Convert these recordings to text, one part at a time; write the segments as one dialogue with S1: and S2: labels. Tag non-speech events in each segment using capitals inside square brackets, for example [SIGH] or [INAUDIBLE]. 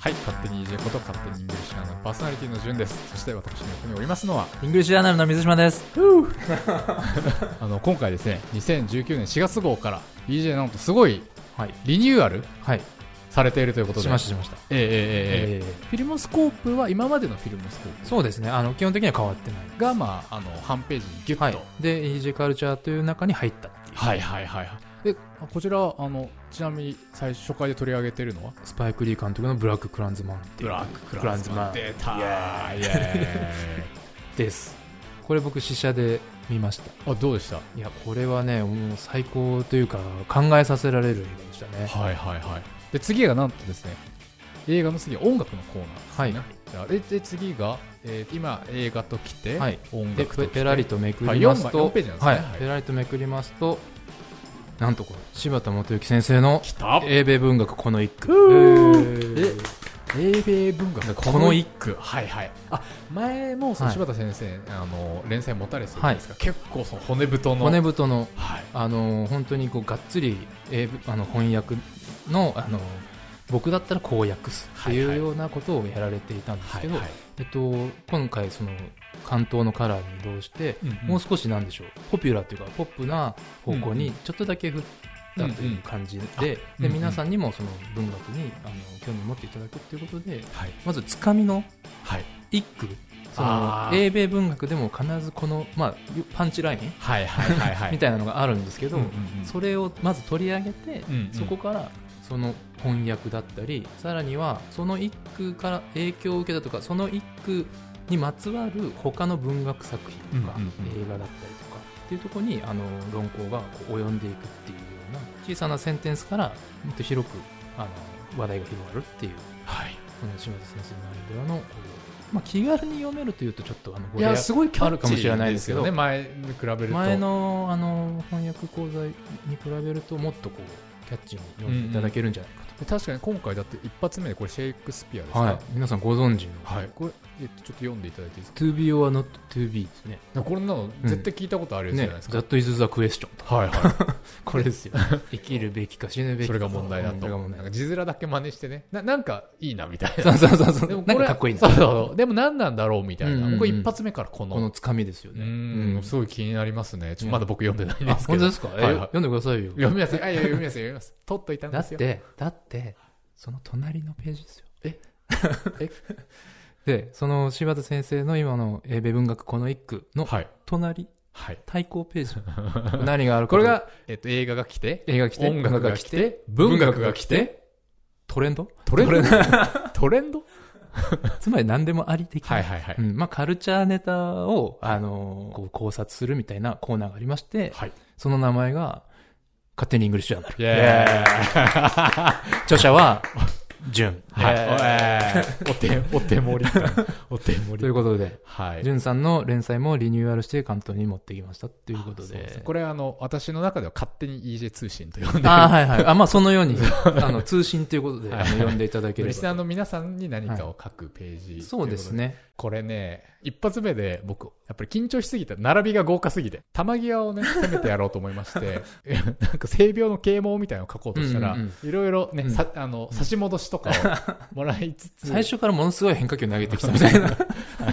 S1: はい、勝手に EJ こと勝手にイングリッシュラーのパーソナリティの順です。そして私の横におりますのは、
S2: イングリッシュアナルの水島です。
S1: あの今回ですね、2019年4月号から EJ なんとすごい
S2: はい。
S1: リニューアル
S2: はい。
S1: されているということで、
S2: しました、しました。
S1: ええええええ
S2: え
S1: フィルムスコープは今までのフィルムスコ
S2: ー
S1: ー
S2: そうですね。あの、基本的には変わってない。
S1: プが、まあ、あの半ページにギュッと、
S2: はい。で、EJ カルチャーという中に入ったっていう。
S1: はいはいはいはいであこちらあのちなみに最初初回で取り上げているのは
S2: スパイク・リー監督のブラック・クランズマンっていう
S1: ラック
S2: クランズマン
S1: 出たーイエ
S2: です。これ僕、試写で見ました。
S1: ーイあどうでした
S2: いや、これはね、もう最高というか、考えさせられる映画でしたね。
S1: はいはいはいで次がなんとですね映画の次は音楽のコーナーです
S2: はい
S1: ね、。じゃあでで次が、えー今映画ときて、
S2: はい
S1: 音
S2: で、
S1: 楽と
S2: ペ
S1: きて
S2: ペラリとめくります
S1: はい
S2: と、
S1: 四枚四ページなんですねはい
S2: ペラリとめくりますと、なんとこれ、柴田元幸先生の
S1: きた
S2: 英米文学この一句。えー
S1: 英米文学
S2: この一
S1: 句はいはいあ前もその
S2: はい
S1: 柴田先生、あの連載持たれてたじゃないですか、結構その骨太の
S2: 骨太の
S1: はい
S2: あの本当にこうがっつり英文あの翻訳のあの僕だったらこう訳すってい
S1: はい
S2: う
S1: はい
S2: ようなことをやられていたんです
S1: は
S2: け
S1: い
S2: ど、
S1: はい
S2: えっと、今回その関東のカラーに移動して、
S1: うんうん
S2: もう少しなんでしょうポピュラーというかポップな方向にちょっとだけ振ったという感じで,、
S1: うんうん
S2: で
S1: うんうん
S2: 皆さんにもその文学にあの興味を持っていただくということで
S1: はい
S2: まずつかみの
S1: はい
S2: 一句そ
S1: あ
S2: の
S1: ー
S2: 英米文学でも必ずこの、まあ、パンチライン
S1: はいはいはい
S2: [LAUGHS]
S1: はい
S2: みたいなのがあるんですけど、
S1: うんうんうん
S2: それをまず取り上げて、
S1: うんうん
S2: そこからその翻訳だったりさらにはその一句から影響を受けたとかその一句にまつわる他の文学作品とか、
S1: うんうんう
S2: 映画だったりとかっていうところにあの論考がこう及んでいくっていうような小さなセンテンスからもっと広くあの話題が広がるっていう。
S1: はい
S2: この島田先生のアイデアの、まあ、気軽に読めるというとちょっとあの
S1: い
S2: 語弊
S1: や
S2: が
S1: すごいキャッチー
S2: あるかもしれないですけど
S1: よね前に比べると
S2: 前のあの翻訳講座に比べるともっとこうキャッチーに読んでいただけるんじゃないかと、
S1: 確かに今回だって一発目でこれシェイクスピアですか
S2: はい、皆さんご存知の
S1: はい、これえっとちょっと読んでいただいていいです
S2: 「To be or not to be」ですね。
S1: かこれなの絶対聞いたことあるやつじゃ
S2: ね
S1: ないです、か、
S2: That is the question と
S1: はいは
S2: [LAUGHS] これですよ生きるべきか死ぬべ
S1: い
S2: きか
S1: [LAUGHS] それが問題だと
S2: それ
S1: な
S2: が
S1: ん
S2: 問題
S1: か字面だけ真似してねななんかいいなみたいな
S2: そうそう [LAUGHS] そうそう
S1: でも
S2: な
S1: こ
S2: ん
S1: れ
S2: かかっこいいな
S1: そうそうそうでも何なんだろうみたいな、
S2: うんうんうん
S1: これ一発目からこの
S2: このつかみですよ
S1: う
S2: ね
S1: ん
S2: うん
S1: すごい気になりますねちょっとまだ僕読んでないん
S2: あ
S1: ですけ
S2: 本
S1: ど、
S2: 当ですか、え
S1: はいはい
S2: 読んでくださいよ
S1: 読みますよあいや読みますよ読みます取っといたん
S2: だ
S1: で
S2: っ
S1: すよ
S2: てだってその隣のページですよ
S1: ええ
S2: [LAUGHS] でその柴田先生の今の英米文学この一句の
S1: はい
S2: 隣
S1: はい
S2: 対抗ペ
S1: [LAUGHS]
S2: ージ何があるか
S1: これが、えっと、映画が来て
S2: 映画来て
S1: 音楽が来て文
S2: 文
S1: 学
S2: 学
S1: が
S2: が
S1: 来
S2: 来
S1: て
S2: てトレンド
S1: トレンド
S2: [LAUGHS]
S1: トレンド
S2: つまり何でもあり的な、
S1: はいはいはい、
S2: うんまあ、カルチャーネタを、あのーこう考察するみたいなコーナーがありまして、
S1: はい
S2: その名前が勝手にイングリッシュジャーナル
S1: イエーイ
S2: 著
S1: [LAUGHS]
S2: 者は潤
S1: はい。
S2: え
S1: [LAUGHS] お手、お手盛
S2: [LAUGHS]
S1: り感。お手盛
S2: ー
S1: り。
S2: ということで
S1: はい。
S2: 潤さんの連載もリニューアルして関東に持ってきましたということ
S1: そうですね
S2: で。
S1: これ、あの、私の中では勝手に EJ 通信と呼んで
S2: ああ、はいはい。あ、まあ、そのように、
S1: [LAUGHS]
S2: あの、通信ということで、
S1: はい
S2: あの読んでいただけ
S1: る。
S2: れ
S1: リスナー
S2: ば。
S1: の皆さんに何かを書くページ、
S2: そうです。ね。
S1: これね、一発目で僕、やっぱり緊張しすぎた。並びが豪華すぎて。玉際をね、攻めてやろうと思いま
S2: [LAUGHS]
S1: して、えなんか性病の啓蒙みたいなのを書こうとしたら、
S2: うんうん
S1: いろいろね、
S2: うん
S1: さ、あの、差し戻しとかをもらいつつ、
S2: [LAUGHS] 最初からものすごい変化球投げてきたみたいな。あの [LAUGHS]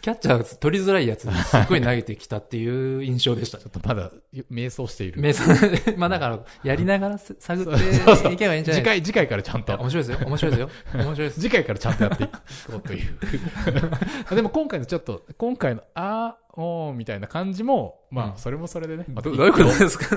S2: キャッチャーが取りづらいやつにすっごい投げてきたっていう印象でした
S1: ちょ。っとまだ、迷走している。
S2: め [LAUGHS] まあだから、やりながらす探っていけばいいんじ
S1: 次
S2: ゃないですか。
S1: 回、次回からちゃん
S2: い
S1: と
S2: や。面白いですよ。面白いですよ。面白いです。
S1: 次回からちゃんとやっていこうという。 [LAUGHS] でも今回のちょっと、今回の、あー、おーみたいな感じも、ま
S2: う
S1: あ、
S2: ん
S1: それもそれでね。まあ
S2: [LAUGHS] どどういうことですか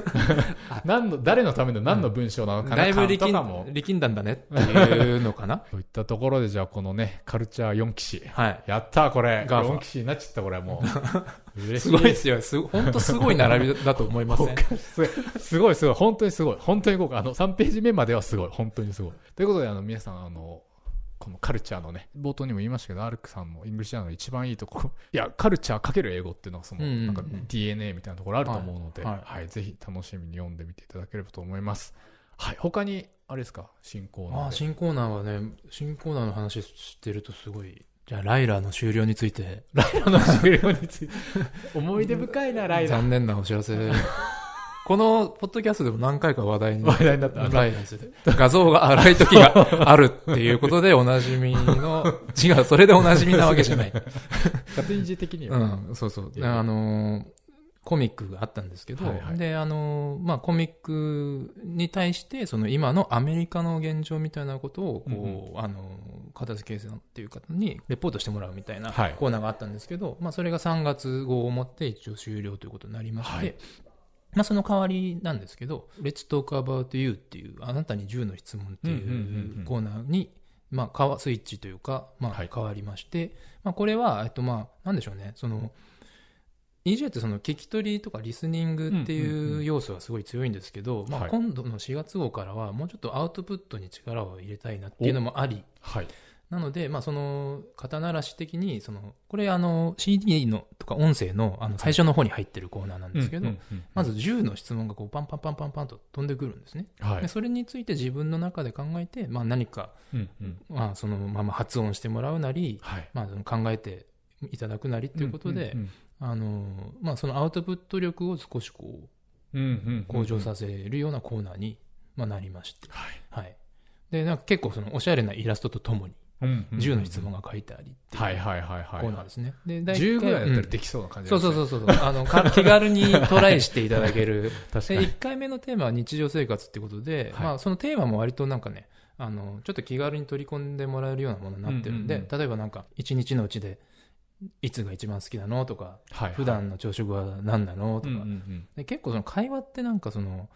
S1: 何の、誰のための何の文章なのかな、
S2: [LAUGHS] だいぶ力
S1: 感とか
S2: ん
S1: も。
S2: 力んだんだねっていうの [LAUGHS] かな
S1: といったところで、じゃあこのね、カルチャー4騎士。
S2: はい。
S1: やったーこれ。
S2: ガーファ
S1: 4騎士になっちゃった、これはも [LAUGHS] う。嬉し
S2: すごいですよ。す本当すごい並びだと思い [LAUGHS] ません。
S1: すすごいすごい、本当にすごい。本当に豪華。あの、3ページ目まではすごい。本当にすごい。ということで、あの、皆さん、あの、このカルチャーのね、冒頭にも言いましたけど、アルクさんのイングリッシュアナの一番いいところ、 [LAUGHS] いや、カルチャーかける英語っていうのは、その、
S2: うんうんうん
S1: なんか DNA みたいなところあると思うので、は
S2: はいい
S1: ぜひ楽しみに読んでみていただければと思います。はい、他に、あれですか、進行
S2: あ
S1: の
S2: あ、。新コーナーはね、新コーナーの話してるとすごい。じゃあ、ライラーの終了について、 [LAUGHS]
S1: ライラの終了について。思い出深いな、ライラ。 [LAUGHS]
S2: 残念なお知らせ。このポッドキャストでも何回か話題に
S1: 話題になった。
S2: ライアンスで画像が荒い時があるっていうことでおなじみ
S1: [LAUGHS]
S2: の、違う、それでおなじみなわけじゃない。
S1: [LAUGHS] 勝手に自的には。
S2: うん、そうそう。であのーコミックがあったんですけど、
S1: はいはい
S2: で、あのーまあ、コミックに対して、その今のアメリカの現状みたいなことを、こう、あのー片付けさんっていう方にレポートしてもらうみたいなコ
S1: はい
S2: ーナーがあったんですけど、まあ、それが3月号をもって一応終了ということになりまして、
S1: はい
S2: まあ、その代わりなんですけど、Let's Talk About You っていう、あなたに10の質問って
S1: うんうんうんう
S2: い
S1: ん
S2: うコーナーに、まあかわ、スイッチというか、ま
S1: は
S2: あ
S1: い、
S2: 変わりまして、まあ、これは、えっと、まあ、なんでしょうね、その、EJ ってその聞き取りとかリスニングって
S1: んうんう
S2: い
S1: ん
S2: う要素がすごい強いんですけど、ま
S1: は
S2: あ、
S1: い
S2: 今度の4月号からはもうちょっとアウトプットに力を入れたいなっていうのもあり、
S1: はい。
S2: なので、まあ、その、肩慣らし的に、その、これ、あの、CD のとか音声の、あの、最初の方に入ってるコーナーなんですけど、
S1: うんうんうん
S2: まず10の質問がこうパンパンパンパンパンと飛んでくるんですね。
S1: は
S2: で
S1: い。
S2: それについて自分の中で考えて、まあ、何か、
S1: うんうん
S2: まあ、そのまま発音してもらうなり、
S1: はい。
S2: まあ、その考えていただくなりということで
S1: ん、ん
S2: あのまあ、そのアウトプット力を少しこう
S1: うん、うんうんうん
S2: 向上させるようなコーナーに、まあ、なりまして、
S1: はい
S2: はい、でなんか結構そのおしゃれなイラストとともに
S1: うんうん
S2: 10の質問が書いてありっていう
S1: はいはいはい
S2: コ
S1: はい。
S2: ーナーですね。で大体
S1: 10ぐらいだったら
S2: うん
S1: できそうな感じ
S2: そうそう
S1: う。
S2: そうそうあのか気軽にトライしていただける
S1: 確か
S2: で
S1: に。
S2: 1回目のテーマは日常生活ってことで、
S1: はい
S2: まあ、そのテーマも割となんかねあのちょっと気軽に取り込んでもらえるようなものになってるんで、
S1: うんうんう
S2: 例えばなんか一日のうちでいつが一番好きなのとか
S1: はい。
S2: 普段の朝食は何なのと
S1: うん
S2: か、
S1: うんうん
S2: で結構その会話ってなんかその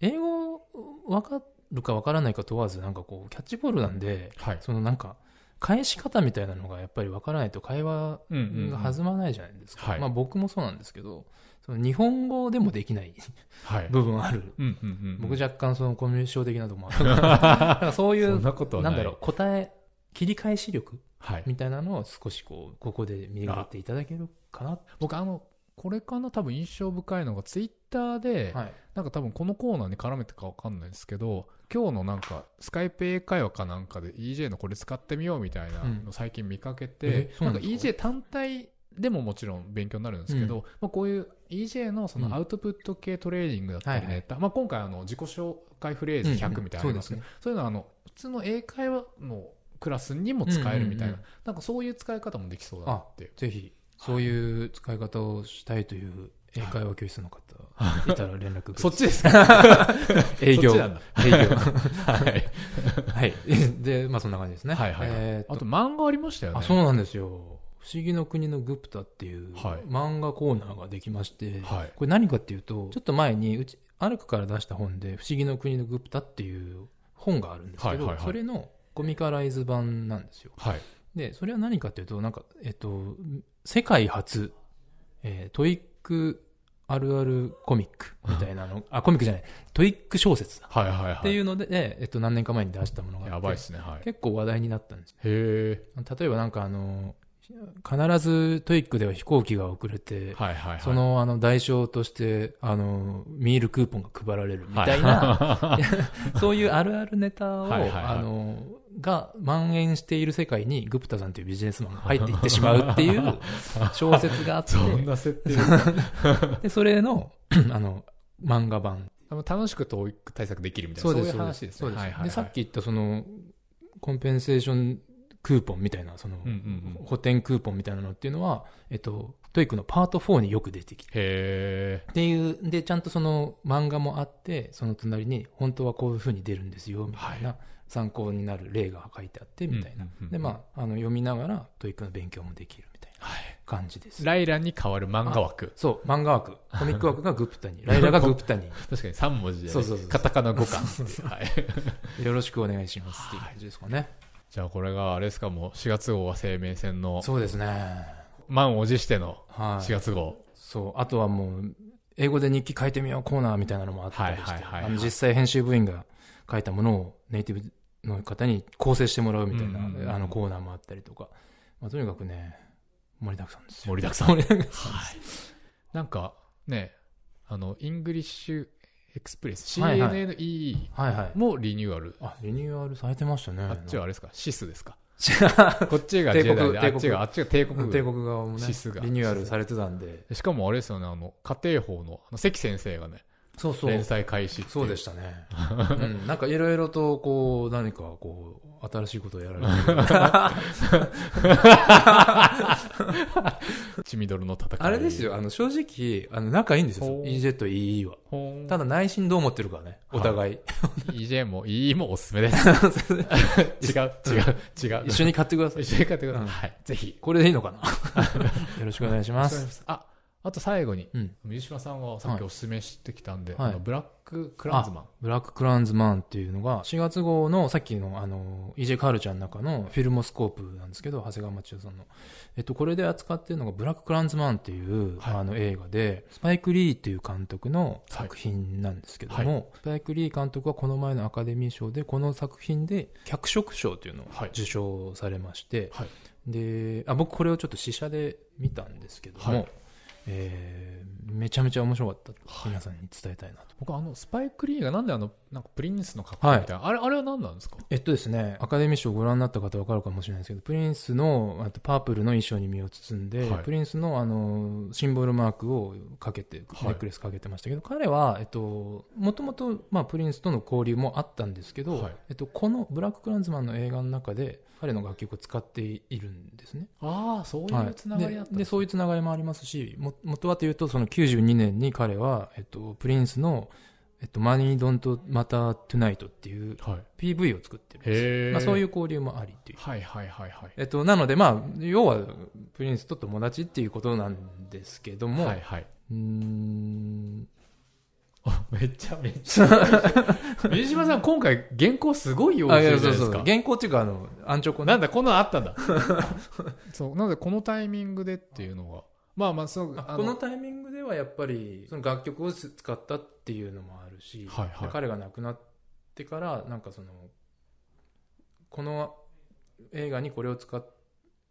S2: 英語分かるか分からないか問わずなんかこうキャッチボールなんで
S1: はい。
S2: そのなんか返し方みたいなのがやっぱり分からないと会話
S1: うんうんうん
S2: が弾まないじゃないですか、
S1: はい
S2: まあ、僕もそうなんですけどその日本語でもできない
S1: はい。
S2: 部分ある
S1: うんうんうんうん
S2: 僕若干そのコミュ障的なとこもあ
S1: [LAUGHS]
S2: るなんかそうい
S1: そ
S2: うん
S1: なことは
S2: ないんだろう。答え切り返し力
S1: はい。
S2: みたいなのを少しこうここで磨いていただけるかな
S1: 僕、あの、これかな多分印象深いのが、ツイッターで、
S2: はい
S1: なんか多分このコーナーに絡めてかわかんないですけど、今日のなんか、スカイプ英会話かなんかで EJ のこれ使ってみようみたいな
S2: うん
S1: の最近見かけて
S2: え、そう
S1: な
S2: なんん
S1: か
S2: ですか
S1: EJ 単体でももちろん勉強になるんですけど、まあ、こういう EJ のそのアウトプット系トレーニングだったり
S2: はいは
S1: ネ
S2: い
S1: タ、まあ、今回あの自己紹介フレーズ100みたいなのありますけど、
S2: うんうんそうですね
S1: そういうのはあの普通の英会話のクラスにも使えるみたいな、
S2: うんうんうん
S1: なんかそういう使い方もできそうだなっていう。
S2: ぜひそういう使い方をしたいという英会話教室の方いたら連絡くださ
S1: そ
S2: い
S1: っちですか
S2: [LAUGHS] 営
S1: そ
S2: 業
S1: っちなんだ。
S2: 営業
S1: はい。
S2: はい [LAUGHS] でまあそんな感じですね
S1: はいはいはい
S2: えー
S1: あ
S2: っ
S1: と
S2: と
S1: 漫画ありましたよね。
S2: あそうなんですよ「不思議の国のグプタ」っていう
S1: はい
S2: 漫画コーナーができまして、
S1: はい。
S2: これ何かっていうと、ちょっと前に、うち、アルクから出した本で、不思議の国のグプタっていう本があるんです
S1: は
S2: けど、
S1: いはいはい
S2: それのコミカライズ版なんですよ。
S1: はい。
S2: で、それは何かっていうと、なんか、えっと、世界初、えートイックあるあるコミックみたい
S1: [LAUGHS]
S2: なの、あ、コミックじゃない、トイック小説だ。
S1: はいはいはい。
S2: っていうので、えっと、何年か前に出したものがあって
S1: やばいっすね。はい。へ
S2: 結構話題になったんですよ
S1: え。
S2: 例えばなんかあの、必ずトイックでは飛行機が遅れて、
S1: はいはいはい。
S2: そのあの代償としてあのミールクーポンが配られるみ
S1: はい、
S2: たいな、 [LAUGHS] そういうあるあるネタを
S1: はいはいはい
S2: あのが蔓延している世界にグプタさんというビジネスマンが入っていってしまうっていう
S1: [LAUGHS]
S2: 小説があって
S1: そんな設定。
S2: でそれの [CLEARS THROAT] あの漫画版
S1: [LAUGHS] あの楽しく教育対策できるみたいな。
S2: そ
S1: そうう
S2: です
S1: いう話ですね。
S2: そうです、
S1: はいはいはい
S2: でさっき言ったそのコンペンセーションクーポンみたいなその、
S1: うんうんうん。へ
S2: 補填クーポンみたいなのっていうのは、えっと、トイックのパート4によく出てきて
S1: え。
S2: っていう、で、ちゃんとその漫画もあって、その隣に、本当はこういう風に出るんですよ、みたいな、参考になる例が書いてあって、みたいな。
S1: うんうんうん
S2: で、まあ、あの読みながら、トイックの勉強もできるみたいな
S1: はい。
S2: 感じです。
S1: ライラに変わる漫画枠。
S2: そう、漫画枠、コミック枠がグプタに、ライラがグプタに、
S1: 確かに3文字で、
S2: そうそうそう
S1: カタカナ5巻。はい。
S2: よろしくお願いしますっていう感じですか
S1: [LAUGHS]
S2: ね。
S1: じゃあこれが、あれですか、もう4月号は生命線の、
S2: そうですね。
S1: 満を持しての
S2: は
S1: 4
S2: い。
S1: 月号。
S2: そう、あとはもう、英語で日記書いてみようコーナーみたいなのもあったりし
S1: は
S2: て、
S1: いはいはいはい
S2: あの実際編集部員が書いたものをネイティブの方に構成してもらうみたいな、
S1: うんうんうん
S2: あのコーナーもあったりとか、まあ、とにかくね、盛りだくさんですよ。
S1: 盛りだくさん。
S2: 盛りだくさん。
S1: なんかね、あの、イングリッシュエクスプレス、
S2: はいはい
S1: CNNE
S2: はいはい。
S1: もリニューアル。
S2: あ、リニューアルされてましたね。
S1: あっちはあれですかシスですか
S2: 帝
S1: こっちが
S2: 帝
S1: ジェ
S2: 国
S1: ダイで、あっちが、あっちが帝国
S2: 国
S1: 軍。
S2: 側もね、
S1: シスが
S2: リニューアルされてたんで。
S1: しかもあれですよね、あの、家庭法の、あの関先生がね、
S2: そうそう。
S1: 連載開始っていう
S2: そうでしたね。うん、なんかいろいろと、こう、何か、こう、新しいことをや
S1: [LAUGHS]
S2: られてる
S1: 血みどろの戦い
S2: あれですよ、あの、正直、あの、仲いいんです
S1: ほ
S2: よ。
S1: う
S2: EJEE は。
S1: ほー
S2: ただ内心どう思ってるかね、お互い。
S1: EJ も EE もおすすめです [LAUGHS]
S2: [LAUGHS]
S1: 違う違う違う
S2: 一緒に買ってください。
S1: 一緒に買ってください、
S2: うん
S1: はいぜひ
S2: [LAUGHS] これでいいのかな [LAUGHS] よろしくお願いし
S1: お
S2: ま
S1: 願いし
S2: す。
S1: ますああと最後に、
S2: うん
S1: 水島さんがさっきおすすめしてきたんで、
S2: はい
S1: あのブラッククランズマン
S2: ブラッククランズマンっていうのが、4月号のさっきのあの、EJ カルチャーの中のフィルモスコープなんですけど、長谷川町代さんの。えっと、これで扱ってるのが、ブラッククランズマンっていう、
S1: はい
S2: あの映画で、スパイク・リーっていう監督の
S1: はい
S2: 作品なんですけども、
S1: は
S2: スパイク・リー監督はこの前のアカデミー賞で、この作品で脚色賞っていうのを
S1: はい
S2: 受賞されまして、
S1: はい
S2: で、あ、僕これをちょっと試写で見たんですけども、
S1: はい
S2: えーめちゃめちゃ面白かったと、皆さんに伝えたいなと。
S1: 僕あのスパイク・リーがなんであのなんかプリンスの格好みたいな、あれあれは何なんですか
S2: えっとですね、アカデミー賞をご覧になった方わかるかもしれないですけど、プリンスの、あとパープルの衣装に身を包んで、
S1: はい
S2: プリンスのあの、シンボルマークをかけて、ネ
S1: はい
S2: ックレスかけてましたけど、彼は、えっと、もともと、まあ、プリンスとの交流もあったんですけど、
S1: はい
S2: えっと、このブラッククランズマンの映画の中で、彼の楽曲を使っているんですね。
S1: ああそう
S2: は
S1: いうつながりだったん
S2: ででそういうつながりもありますしも元はというとその92年に彼は、えっと、プリンスの「えっと、マニー・ドント・マター・トゥナイト」っていう
S1: はい、
S2: PV を作ってるんですよ
S1: へえ、
S2: まあ、そういうう交流もありっていう。
S1: はいはいはいはい
S2: えっと、なので、まあ、要は、プリンスと友達っていうことなんですけども、
S1: はいはいう
S2: ーん、
S1: あめっちゃめっちゃ水島さん今回原稿すごい用意
S2: あ、
S1: し
S2: い
S1: て
S2: や、
S1: るじゃない
S2: そう
S1: で
S2: そ
S1: す
S2: う、
S1: か
S2: 原稿っていうか、あの、安直
S1: なんだこんなのあったんだ [LAUGHS] そうなのでこのタイミングでっていうのがまあまあそうあ
S2: このタイミングではやっぱり、その楽曲を使ったっていうのもあるし、
S1: はいはい
S2: で彼が亡くなってから、なんかその、この映画にこれを使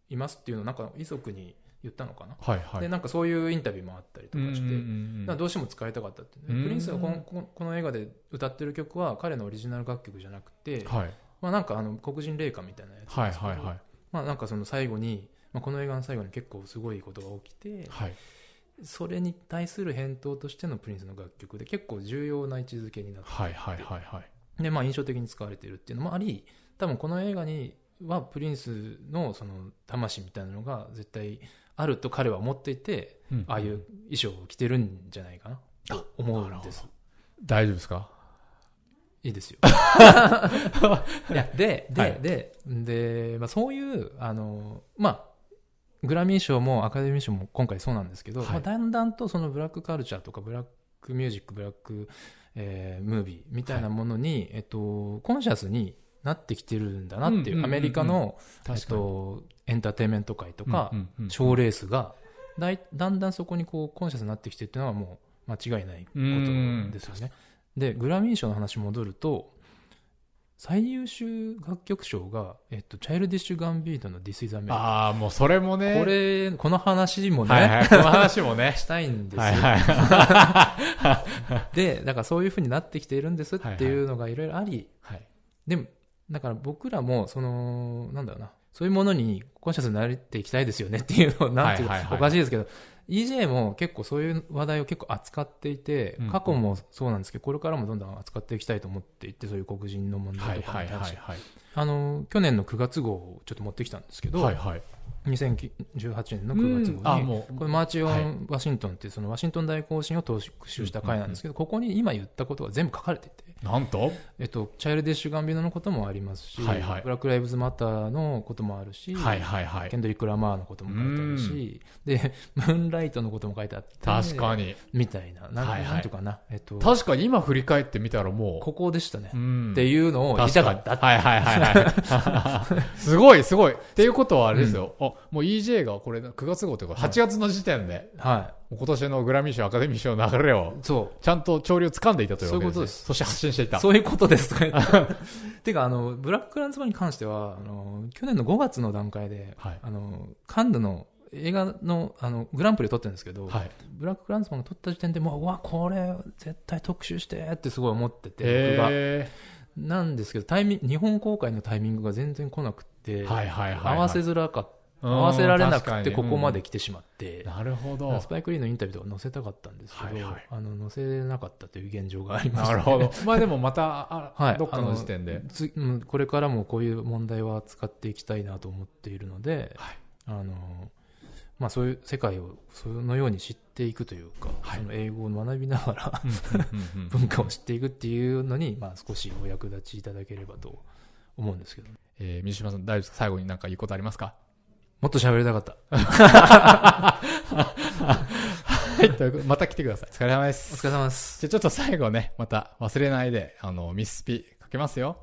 S2: いますっていうのを、なんか遺族に言ったのかな。
S1: はいはい
S2: で、なんかそういうインタビューもあったりと
S1: うんう
S2: か
S1: んう
S2: して、
S1: ん
S2: だからどうしても使いたかったっていうね、
S1: うん
S2: プリンスがこのこのこの映画で歌ってる曲は彼のオリジナル楽曲じゃなくて、
S1: うんはい
S2: まあ、なんかあの黒人霊歌みたいなやつ
S1: はいはいはい
S2: まあ、なんかその最後に、まあ、この映画の最後に結構すごいことが起きて
S1: はい
S2: それに対する返答としてのプリンスの楽曲で結構重要な位置づけになって、
S1: はいはいはいはい
S2: でまあ、印象的に使われてるっていうのもあり多分この映画にはプリンスのその魂みたいなのが絶対あると彼は思っていて
S1: うん
S2: ああいう衣装を着てるんじゃないかなと思うんです
S1: 大丈夫ですか
S2: いいです
S1: [LAUGHS]
S2: よ。いや、で、で、
S1: はい
S2: で、で、まあ、そういう、あの、まあ、グラミー賞もアカデミー賞も今回そうなんですけど、
S1: はい
S2: まあ、だんだんとそのブラックカルチャーとかブラックミュージック、ブラック、えームービーみたいなものに、えっと、コンシャスになってきてるんだなってい
S1: うんうんうんう
S2: う、
S1: ん
S2: アメリカの、えっ
S1: 確かに
S2: と、エンターテインメント界とか
S1: う、んうんうん
S2: 賞レースがだいだんだんそこにこうコンシャスになってきてるっていうのはもう間違いないことですよね。でグラミー賞の話戻ると最優秀楽曲賞が、えっと、チャイルディッシュ・ガンビートの「This is America
S1: ああもうそれも」ね
S2: これこの話もね、
S1: はいはいこの話もね
S2: [LAUGHS] したいんですよ、
S1: はいはい
S2: でだからそういうふうになってきているんですっていうのがいろいろあり、
S1: はい
S2: でもだから僕らもそのなんだろうなそういうものにコンシャスになっていきたいですよねっていうのをなんていうか
S1: はいはいはい
S2: おかしいですけど EJ も結構そういう話題を結構扱っていて
S1: うん
S2: 過去もそうなんですけどこれからもどんどん扱っていきたいと思っていてそういう黒人の問
S1: は
S2: 題
S1: い
S2: とか
S1: はい
S2: に対
S1: は
S2: し
S1: い
S2: て
S1: はい
S2: あの去年の9月号をちょっと持ってきたんですけど、
S1: はいはい
S2: 2018年の9月号に
S1: あもう
S2: これマーチオン・
S1: はい
S2: ワシントンっていうそのワシントン大行進を特集した回なんですけど、ここに今言ったことが全部書かれてて
S1: なんと
S2: えっと、チャイルディッシュ・ガンビノのこともありますし、
S1: はいはい
S2: ブラック・ライブズ・マターのこともあるし、
S1: はいはいはい
S2: ケンドリック・ラマーのことも書いてあるし、で、ムーンライトのことも書いてあって、
S1: 確かに
S2: みたいな、なん,、
S1: はいはい
S2: なんとかな、えっと、
S1: 確かに今振り返ってみたらもう
S2: ここでしたね、
S1: うん
S2: っていうのを言いたかった。
S1: 確にはいはいはいはい。すごいすごい。っていうことはあれですよ。あ、もう EJ がこれ9月号というか8月の時点で、
S2: は
S1: 今年のグラミー賞、アカデミー賞の流れを
S2: い。そ
S1: ちゃんと潮流を掴んでいたというわけです、ね。
S2: そういうことです。
S1: そして発信していうた。
S2: そういうことですとか言
S1: [LAUGHS]
S2: って。てか、あの、ブラック・クランズマンに関しては、あの、去年の5月の段階で、
S1: はい
S2: あの、カンヌの映画の、あの、グランプリを取ってるんですけど、
S1: はい。
S2: ブラック・クランズマンが撮った時点でもう、うわ、これ、絶対特集してってすごい思ってて、僕が。
S1: え
S2: なんですけど、タイミング、日本公開のタイミングが全然来なくて、
S1: ー、はいはいはい、はい。
S2: 合わせづらかっ
S1: 合
S2: 合わせられなくてここまで来てしまって、
S1: なるほど
S2: だからスパイク・リーのインタビューとか載せたかったんですけど、
S1: はいはい
S2: あの載せなかったという現状がありまし
S1: な
S2: た、
S1: る
S2: ね、
S1: ほどまあでもまたあ、
S2: はい
S1: どっかの時点で
S2: つうんこれからもこういう問題は扱っていきたいなと思っているので、
S1: はい
S2: あのまあ、そういう世界をそのように知っていくというか、
S1: はい
S2: その英語を学びながら
S1: うんうんうんうん
S2: 文化を知っていくっていうのに、まあ、少しお役立ちいただければと思うんですけど
S1: えー水島さん大丈夫ですか最後に何か言うことありますか
S2: もっと喋りたかった
S1: はいということでまた来てくださいお疲れ様で
S2: お
S1: す
S2: 疲れ様です
S1: じゃあちょっと最後ね、また忘れないで、あの、ミスピかけますよ。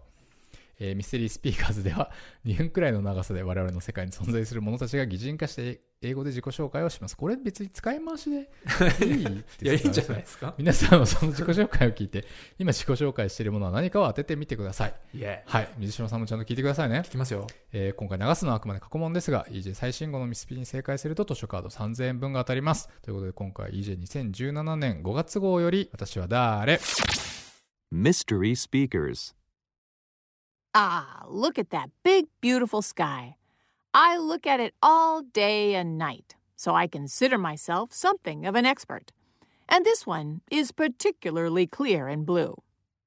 S1: えーミステリースピーカーズでは、2分く [LAUGHS] らいの長さで我々の世界に存在する者たちが擬人化して英語で自己紹介をします。これ別に使い回しでいいです
S2: [LAUGHS] いやいいんじゃないですか
S1: 皆さんもその自己紹介を聞いて、今自己紹介しているものは何かを当ててみてください。
S2: いえ
S1: はい。水島さんもちゃんと聞いてくださいね。
S2: 聞きますよ
S1: えー今回流すのはあくまで過去問ですが EJ 最新号のミスピに正解すると図書カード3000円分が当たりますということで今回 EJ2017 年5月号より私は誰
S3: Mystery Speakers.
S4: Ah, look at that big, beautiful sky. I look at it all day and night, so I consider myself something of an expert. And this one is particularly clear and blue.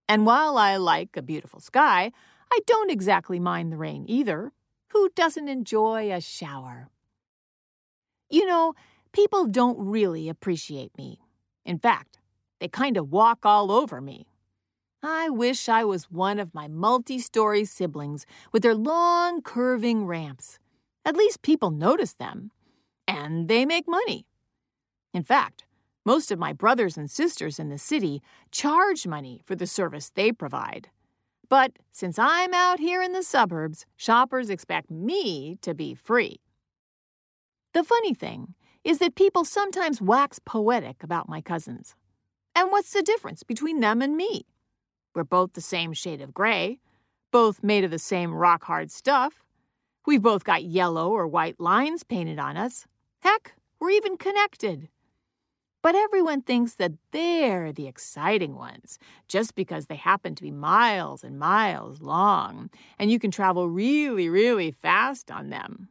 S4: And while I like a beautiful sky, I don't exactly mind the rain either. Who doesn't enjoy a shower? You know, people don't really appreciate me. In fact, they kind of walk all over me. I wish I was one of my multi story siblings with their long curving ramps. At least people notice them. And they make money. In fact, most of my brothers and sisters in the city charge money for the service they provide. But since I'm out here in the suburbs, shoppers expect me to be free. The funny thing is that people sometimes wax poetic about my cousins. And what's the difference between them and me? We're both the same shade of gray, both made of the same rock hard stuff. We've both got yellow or white lines painted on us. Heck, we're even connected. But everyone thinks that they're the exciting ones just because they happen to be miles and miles long, and you can travel really, really fast on them.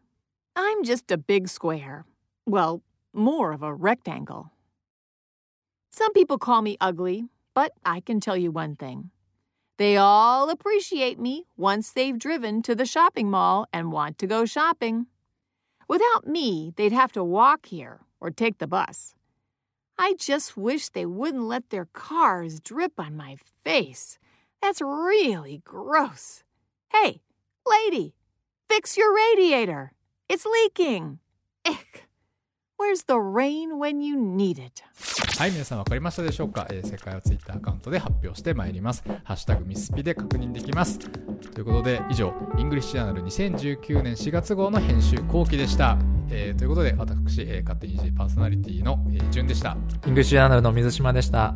S4: I'm just a big square. Well, more of a rectangle. Some people call me ugly, but I can tell you one thing. They all appreciate me once they've driven to the shopping mall and want to go shopping. Without me, they'd have to walk here or take the bus. I just wish they wouldn't let their cars drip on my face. That's really gross. Hey, lady, fix your radiator. It's leaking. Ick. Where's the rain when you need it?
S1: はい皆さん分かりましたでしょうか、えー正解を Twitter アカウントで発表してまいります「ハッシュタグミスピ」で確認できますということで以上「イングリッシュジャーナル2019年4月号の編集後期でした、えーということで私、えー勝手に EJ パーソナリティの、えー、順でした
S2: イングリッシュアナルの水島でした